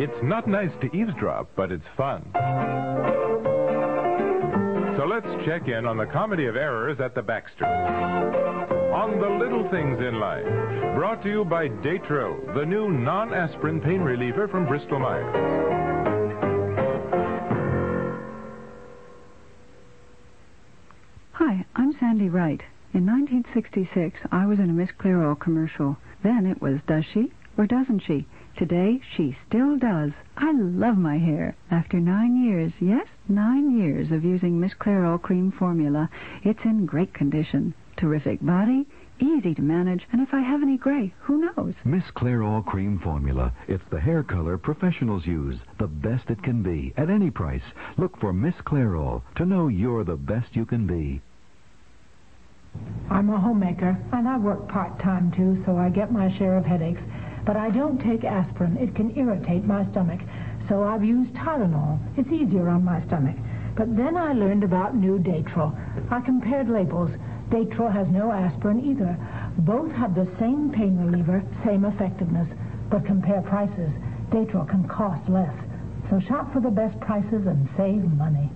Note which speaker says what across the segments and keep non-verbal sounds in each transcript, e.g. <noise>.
Speaker 1: It's not nice to eavesdrop, but it's fun. So let's check in on the comedy of errors at the Baxter. On the little things in life. Brought to you by Datro, the new non aspirin pain reliever from Bristol Myers.
Speaker 2: Hi, I'm Sandy Wright. In 1966, I was in a Miss Clairol commercial. Then it was, does she or doesn't she? Today, she still does. I love my hair. After nine years, yes, nine years of using Miss Clairol cream formula, it's in great condition. Terrific body, easy to manage, and if I have any gray, who knows?
Speaker 3: Miss Claire All Cream Formula. It's the hair color professionals use. The best it can be, at any price. Look for Miss Claire All to know you're the best you can be.
Speaker 4: I'm a homemaker, and I work part-time too, so I get my share of headaches. But I don't take aspirin. It can irritate my stomach. So I've used Tylenol. It's easier on my stomach. But then I learned about new Datril. I compared labels. Datril has no aspirin either. Both have the same pain reliever, same effectiveness. But compare prices. Datril can cost less. So shop for the best prices and save money.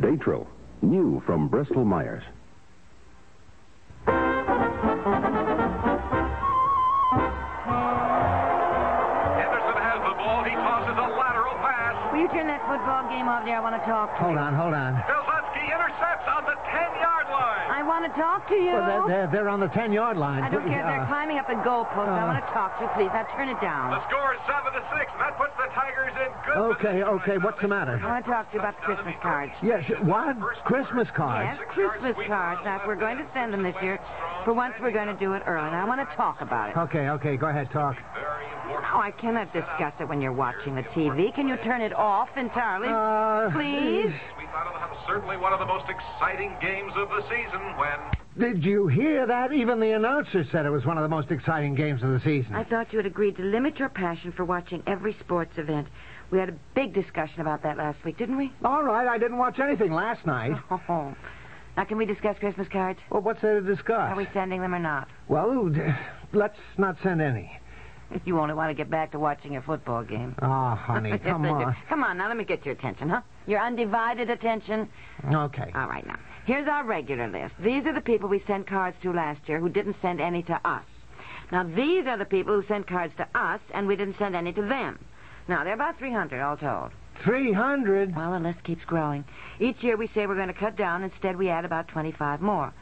Speaker 5: Datril, new from Bristol Myers.
Speaker 6: Henderson has the ball. He tosses a lateral pass.
Speaker 7: Will you turn that football game off there? I want to talk.
Speaker 8: Hold on, hold on.
Speaker 6: Filzewski intercepts on the 10-yard line.
Speaker 7: I want to talk to you.
Speaker 8: Well, they're, they're, they're on the 10 yard line.
Speaker 7: I don't care. They're climbing up a goalpost. I want to talk to you, please. Now turn it
Speaker 6: The
Speaker 7: down.
Speaker 6: score is 7 to 6. That puts the Tigers in good
Speaker 8: Okay,
Speaker 6: position.
Speaker 8: okay, what's the matter?
Speaker 7: I want to talk to you about the Oh, Christmas cards.
Speaker 8: Yes, what? Christmas
Speaker 7: Yes,
Speaker 8: cards.
Speaker 7: Christmas cards. Now, if we're going to send them this year, for once we're going to do it early. And I want to talk about it.
Speaker 8: Okay, okay, go ahead, talk.
Speaker 7: Oh, I cannot discuss it when you're watching the TV. Can you turn it off entirely?
Speaker 8: Uh,
Speaker 7: please?
Speaker 6: We thought it'll have certainly one of the most exciting games of the season when...
Speaker 8: Did you hear that? Even the announcer said it was one of the most exciting games of the season.
Speaker 7: I thought you had agreed to limit your passion for watching every sports event. We had a big discussion about that last week, didn't we?
Speaker 8: All right, I didn't watch anything last night.
Speaker 7: Oh. <laughs> Now, can we discuss Christmas cards?
Speaker 8: Well, what's there to discuss?
Speaker 7: Are we sending them or not?
Speaker 8: Well, d- let's not send any.
Speaker 7: You only want to get back to watching a football game.
Speaker 8: Oh, <laughs>
Speaker 7: <laughs>
Speaker 8: honey,
Speaker 7: Yes,
Speaker 8: come
Speaker 7: I do.
Speaker 8: on.
Speaker 7: Come on, now let me get your attention, huh? Your undivided attention.
Speaker 8: Okay.
Speaker 7: All right, now. Here's our regular list. These are the people we sent cards to last year who didn't send any to us. Now, these are the people who sent cards to us, and we didn't send any to them. Now, there are about 300 all told.
Speaker 8: 300?
Speaker 7: Well, the list keeps growing. Each year we say we're going to cut down. Instead, we add about 25 more.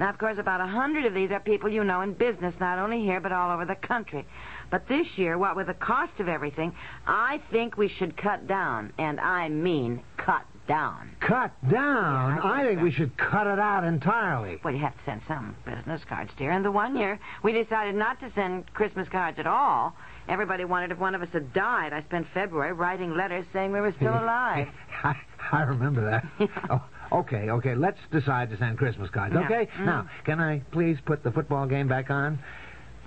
Speaker 7: Now, of course, about a 100 of these are people you know in business, not only here, but all over the country. But this year, what with the cost of everything, I think we should cut down. And I mean cut down.
Speaker 8: Cut down?
Speaker 7: Yeah, I
Speaker 8: I
Speaker 7: think
Speaker 8: think
Speaker 7: so.
Speaker 8: we should cut it out entirely.
Speaker 7: Well, you have to send some business cards, dear. And the one year, we decided not to send Christmas cards at all. Everybody wondered if one of us had died. I spent February writing letters saying we were <laughs> still alive.
Speaker 8: <laughs> I, I remember
Speaker 7: <laughs>
Speaker 8: that. Oh, okay, okay. Let's decide to send Christmas cards,
Speaker 7: Yeah. Mm.
Speaker 8: okay? Now, can I please put the football game back on?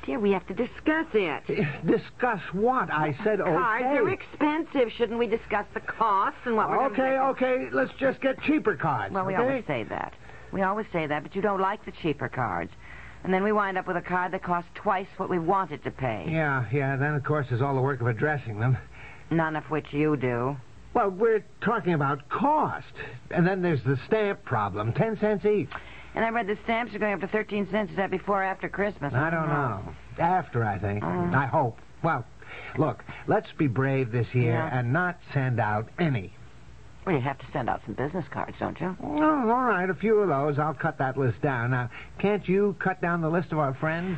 Speaker 7: Dear, we have to discuss it.
Speaker 8: Discuss what I said. Okay.
Speaker 7: Cards are expensive. Shouldn't we discuss the costs and what we're
Speaker 8: Okay,
Speaker 7: going to
Speaker 8: okay. Let's just get cheaper cards.
Speaker 7: Well, we
Speaker 8: okay?
Speaker 7: always say that. We always say that, but you don't like the cheaper cards. And then we wind up with a card that costs twice what we wanted to pay.
Speaker 8: Yeah, yeah. Then of course there's all the work of addressing them.
Speaker 7: None of which you do.
Speaker 8: Well, we're talking about cost, and then there's the stamp problem. Ten cents each.
Speaker 7: And I read the stamps are going up to 13 cents. Is that before or after Christmas?
Speaker 8: I don't know. After, I think.
Speaker 7: Mm.
Speaker 8: I hope. Well, look. Let's be brave this year
Speaker 7: Yeah.
Speaker 8: and not send out any.
Speaker 7: Well, you have to send out some business cards, don't you?
Speaker 8: Oh, all right, a few of those. I'll cut that list down. Now, can't you cut down the list of our friends?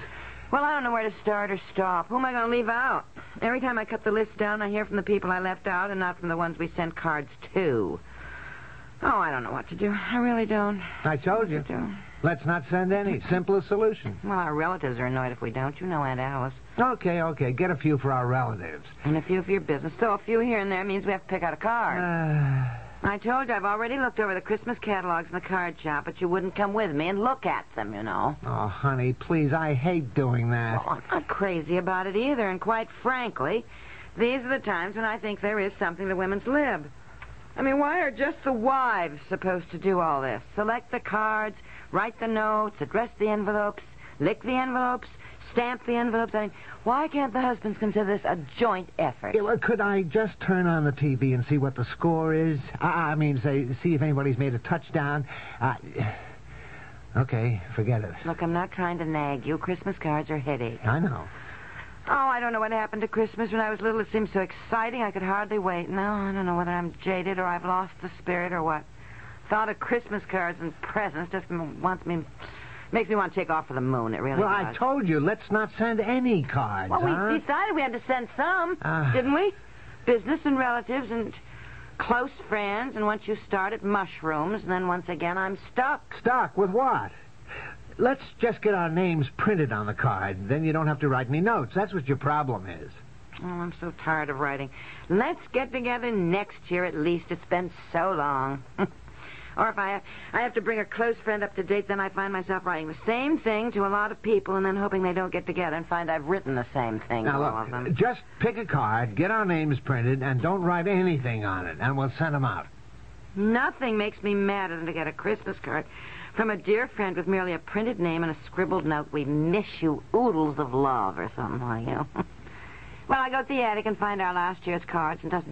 Speaker 7: Well, I don't know where to start or stop. Who am I going to leave out? Every time I cut the list down, I hear from the people I left out and not from the ones we sent cards to. Oh, I don't know what to do. I really don't.
Speaker 8: I told you. Let's not send
Speaker 7: <laughs>
Speaker 8: any. Simplest solution.
Speaker 7: Well, our relatives are annoyed if we don't. You know Aunt Alice.
Speaker 8: Okay, okay. Get a few for our relatives.
Speaker 7: And a few for your business. So a few here and there means we have to pick out a card.
Speaker 8: Uh,
Speaker 7: I told you I've already looked over the Christmas catalogs in the card shop, but you wouldn't come with me and look at them, you know.
Speaker 8: Oh, honey, please, I hate doing that.
Speaker 7: Well, Oh, I'm not crazy about it either, and quite frankly, these are the times when I think there is something to women's lib. I mean, why are just the wives supposed to do all this? Select the cards, write the notes, address the envelopes, lick the envelopes, stamp the envelopes. I mean, why can't the husbands consider this a joint effort?
Speaker 8: Yeah, well, could I just turn on the TV and see what the score is? I, I mean, say, see if anybody's made a touchdown. Uh, okay, forget it.
Speaker 7: Look, I'm not trying to nag you. Christmas cards are headaches.
Speaker 8: I know.
Speaker 7: Oh, I don't know what happened to Christmas when I was little. It seemed so exciting I could hardly wait. No, I don't know whether I'm jaded or I've lost the spirit or what. Thought of Christmas cards and presents just m- wants me, makes me want to take off for the moon. It really
Speaker 8: Well,
Speaker 7: does.
Speaker 8: I told you, let's not send any cards.
Speaker 7: Oh Well,
Speaker 8: huh?
Speaker 7: we decided we had to send some,
Speaker 8: Ah.
Speaker 7: didn't we? Business and relatives and close friends, and once you start at mushrooms, and then once again I'm stuck.
Speaker 8: Stuck with what? Let's just get our names printed on the card. Then you don't have to write any notes. That's what your problem is.
Speaker 7: Oh, I'm so tired of writing. Let's get together next year at least. It's been so long. <laughs> or if I I have to bring a close friend up to date, then I find myself writing the same thing to a lot of people, and then hoping they don't get together and find I've written the same thing to all
Speaker 8: Now,
Speaker 7: of
Speaker 8: look,
Speaker 7: them.
Speaker 8: just pick a card, get our names printed, and don't write anything on it, and we'll send them out.
Speaker 7: Nothing makes me madder than to get a Christmas card from a dear friend with merely a printed name and a scribbled note, We miss you, oodles of love, or something like that. <laughs> well, I go to the attic and find our last year's cards and just,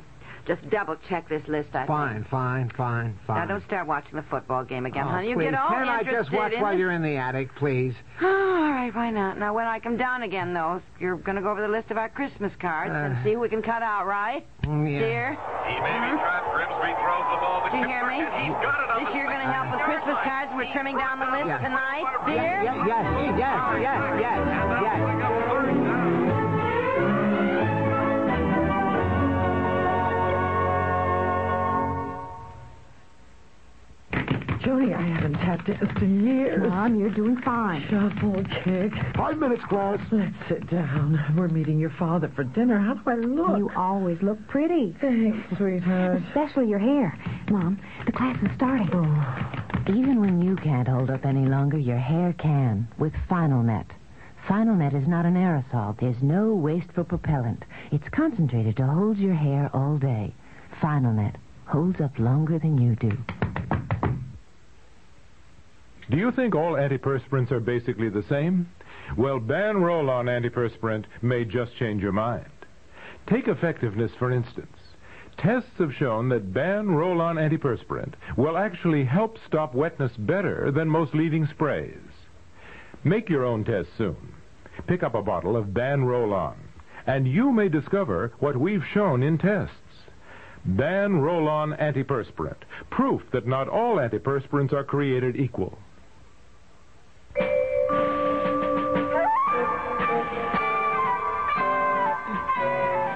Speaker 7: just double check this list I think.
Speaker 8: Fine, fine, fine,
Speaker 7: Now,
Speaker 8: fine.
Speaker 7: don't start watching the football game again,
Speaker 8: Oh,
Speaker 7: honey. You
Speaker 8: please,
Speaker 7: get all
Speaker 8: Can I
Speaker 7: interested
Speaker 8: just watch
Speaker 7: in
Speaker 8: while
Speaker 7: it.
Speaker 8: you're in the attic, please?
Speaker 7: <sighs> all right, why not? Now, when I come down again, though, you're going to go over the list of our Christmas cards and see who we can cut out, right?
Speaker 8: Mm, Uh. yeah.
Speaker 7: Dear?
Speaker 6: He may be trapped. Grimsby throws the ball. but
Speaker 7: Do you hear me?
Speaker 6: He's got it on
Speaker 7: This
Speaker 6: the
Speaker 7: year you're going to help with Christmas cards. We're trimming down the list
Speaker 8: Yeah.
Speaker 7: tonight, dear.
Speaker 8: Yes, yes, yes, yes, yes, yes.
Speaker 9: Julie, I haven't tapped danced in years.
Speaker 4: Mom, you're doing fine.
Speaker 9: Shuffle, kick.
Speaker 8: Five minutes, class.
Speaker 9: Let's sit down. We're meeting your father for dinner. How do I look?
Speaker 4: You always look pretty,
Speaker 9: Thanks, sweetheart.
Speaker 4: especially your hair. Mom, the class is starting.
Speaker 10: Even when you can't hold up any longer, your hair can with Final Net. Final Net is not an aerosol. There's no wasteful propellant. It's concentrated to hold your hair all day. Final Net holds up longer than you do.
Speaker 1: Do you think all antiperspirants are basically the same? Well, ban roll on antiperspirant may just change your mind. Take effectiveness, for instance. Tests have shown that ban roll on antiperspirant will actually help stop wetness better than most leading sprays. Make your own test soon. Pick up a bottle of ban roll on, and you may discover what we've shown in tests. Ban roll on antiperspirant, proof that not all antiperspirants are created equal.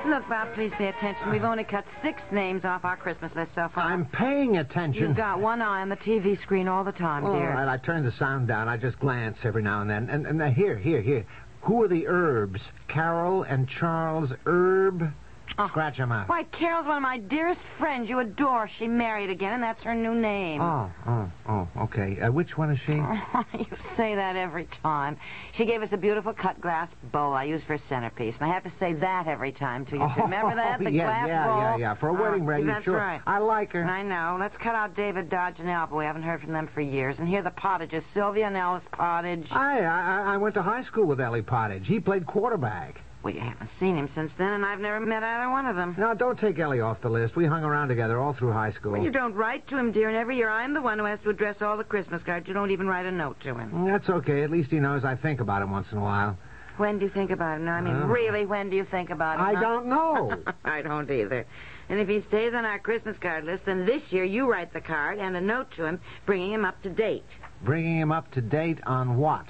Speaker 7: Look, Bob, please pay attention. We've only cut six names off our Christmas list so far.
Speaker 8: I'm paying attention.
Speaker 7: You've got one eye on the TV screen all the time,
Speaker 8: All
Speaker 7: dear.
Speaker 8: right, Oh, I turn the sound down. I just glance every now and then. And, and uh, here, here, here. Who are the herbs? Carol and Charles Herb.
Speaker 7: Oh.
Speaker 8: Scratch them out.
Speaker 7: Why, Carol's one of my dearest friends you adore. She married again, and that's her new name. <laughs>
Speaker 8: Oh, oh, oh, okay. Uh, which one is she?
Speaker 7: Oh. you say that every time. She gave us a beautiful cut glass bowl I use for a centerpiece, and I have to say that every time to you.
Speaker 8: <laughs> Oh,
Speaker 7: Remember that? <laughs> The
Speaker 8: yeah,
Speaker 7: glass
Speaker 8: yeah,
Speaker 7: bowl?
Speaker 8: yeah, yeah. For a wedding
Speaker 7: Oh,
Speaker 8: ring,
Speaker 7: That's
Speaker 8: sure.
Speaker 7: right.
Speaker 8: I like her.
Speaker 7: I know. Let's cut out David Dodge and Alba. We haven't heard from them for years. And here the Pottages, Sylvia and Alice Pottage.
Speaker 8: I, I I went to high school with Ellie Pottage. He played quarterback.
Speaker 7: Well, you haven't seen him since then, and I've never met either one of them.
Speaker 8: Now, don't take Ellie off the list. We hung around together all through high school.
Speaker 7: Well, you don't write to him, dear, and every year I'm the one who has to address all the Christmas cards. You don't even write a note to him.
Speaker 8: That's okay. At least he knows I think about him once in a while.
Speaker 7: When do you think about him? No, I mean,
Speaker 8: Oh.
Speaker 7: really, when do you think about him?
Speaker 8: I
Speaker 7: huh? <laughs>
Speaker 8: don't know.
Speaker 7: I don't either. And if he stays on our Christmas card list, then this year you write the card and a note to him bringing him up to date.
Speaker 8: Bringing him up to date on what?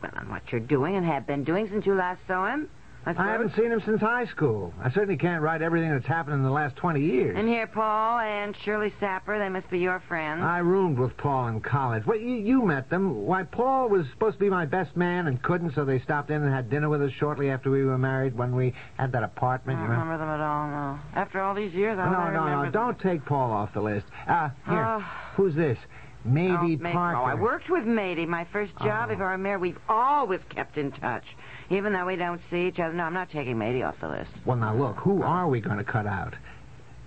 Speaker 7: Well, on what you're doing and have been doing since you last saw him.
Speaker 8: I haven't seen him since high school. I certainly can't write everything that's happened in the last 20 years.
Speaker 7: And here, Paul and Shirley Sapper, they must be your friends.
Speaker 8: I roomed with Paul in college. Well, you, you met them. Why, Paul was supposed to be my best man and couldn't, so they stopped in and had dinner with us shortly after we were married when we had that apartment.
Speaker 7: I
Speaker 8: you
Speaker 7: don't remember them at all, no. After all these years, Uh-huh. Oh, I
Speaker 8: no,
Speaker 7: don't
Speaker 8: no,
Speaker 7: remember
Speaker 8: no. Don't take Paul off the list. Uh, here.
Speaker 7: Oh.
Speaker 8: Who's this? Maybe
Speaker 7: Oh, Mady-
Speaker 8: Parker.
Speaker 7: Oh, I worked with Mady. My first
Speaker 8: Oh.
Speaker 7: job before I married. We've always kept in touch, even though we don't see each other. No, I'm not taking Mady off the list.
Speaker 8: Well, now look, who are we going to cut out?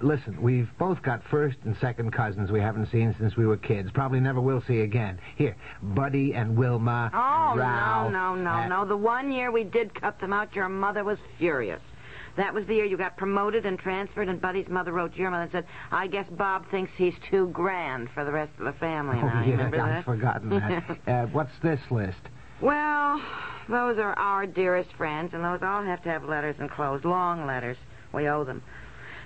Speaker 8: Listen, we've both got first and second cousins we haven't seen since we were kids. Probably never will see again. Here, Buddy and Wilma.
Speaker 7: Oh,
Speaker 8: Ralph,
Speaker 7: no, no, no,
Speaker 8: uh,
Speaker 7: no. The one year we did cut them out, your mother was furious. That was the year you got promoted and transferred, and Buddy's mother wrote to your mother and said, I guess Bob thinks he's too grand for the rest of the family.
Speaker 8: Oh,
Speaker 7: now. You
Speaker 8: yeah,
Speaker 7: remember
Speaker 8: I've
Speaker 7: that?
Speaker 8: forgotten
Speaker 7: <laughs>
Speaker 8: that. uh, what's this list?
Speaker 7: Well, those are our dearest friends, and those all have to have letters enclosed, long letters. We owe them.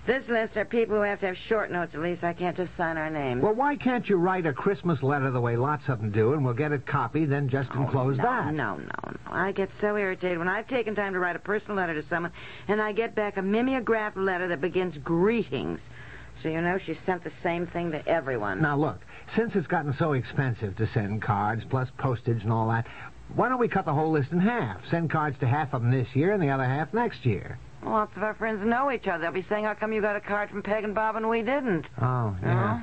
Speaker 7: This list are people who have to have short notes, at least. I can't just sign our names.
Speaker 8: Well, why can't you write a Christmas letter the way lots of them do, and we'll get it copied, then just enclose
Speaker 7: Oh, no,
Speaker 8: that?
Speaker 7: No, no, no. I get so irritated when I've taken time to write a personal letter to someone, and I get back a mimeographed letter that begins greetings. So you know she sent the same thing to everyone.
Speaker 8: Now, look, since it's gotten so expensive to send cards, plus postage and all that, why don't we cut the whole list in half? Send cards to half of them this year and the other half next year.
Speaker 7: Lots of our friends know each other. They'll be saying, "How come you got a card from Peg and Bob and we didn't?"
Speaker 8: Oh, yeah.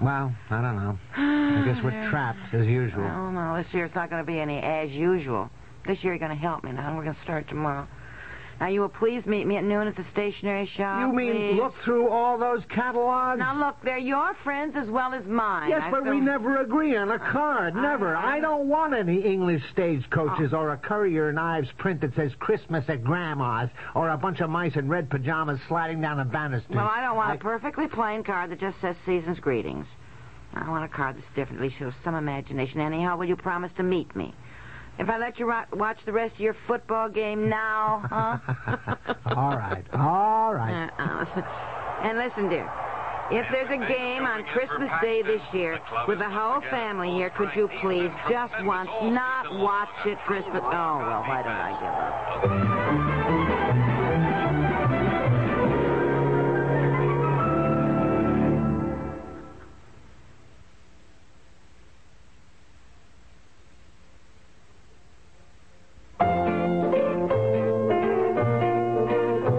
Speaker 8: Well, I don't know. I guess
Speaker 7: <sighs>
Speaker 8: we're trapped, as usual.
Speaker 7: Oh no, this year it's not going to be any as usual. This year you're going to help me now, and we're going to start tomorrow. Now you will please meet me at noon at the stationery shop.
Speaker 8: you mean
Speaker 7: please.
Speaker 8: look through all those catalogs?
Speaker 7: Now look, they're your friends as well as mine.
Speaker 8: yes,
Speaker 7: I
Speaker 8: but we
Speaker 7: feel-
Speaker 8: never agree on a card.
Speaker 7: Oh,
Speaker 8: Never. I don't want any English stagecoaches or a courier knives print that says Christmas at Grandma's or a bunch of mice in red pajamas sliding down a banister.
Speaker 7: Well, I don't want a perfectly plain card that just says season's greetings. I want a card that's different, at least shows some imagination. Anyhow, will you promise to meet me? If I let you ro- watch the rest of your football game now, huh?
Speaker 8: all right. All right.
Speaker 7: Uh-uh. And listen, dear. If there's a game on Christmas Day this year with the whole family here, could you please just once not watch it Christmas? Oh, well, why don't I give up?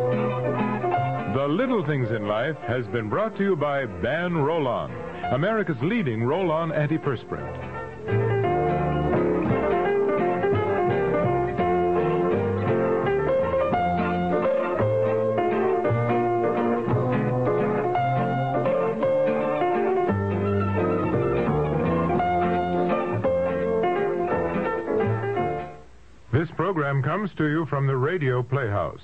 Speaker 1: The Little Things in Life has been brought to you by Ban Roll-On, America's leading roll-on antiperspirant. This program comes to you from the Radio Playhouse.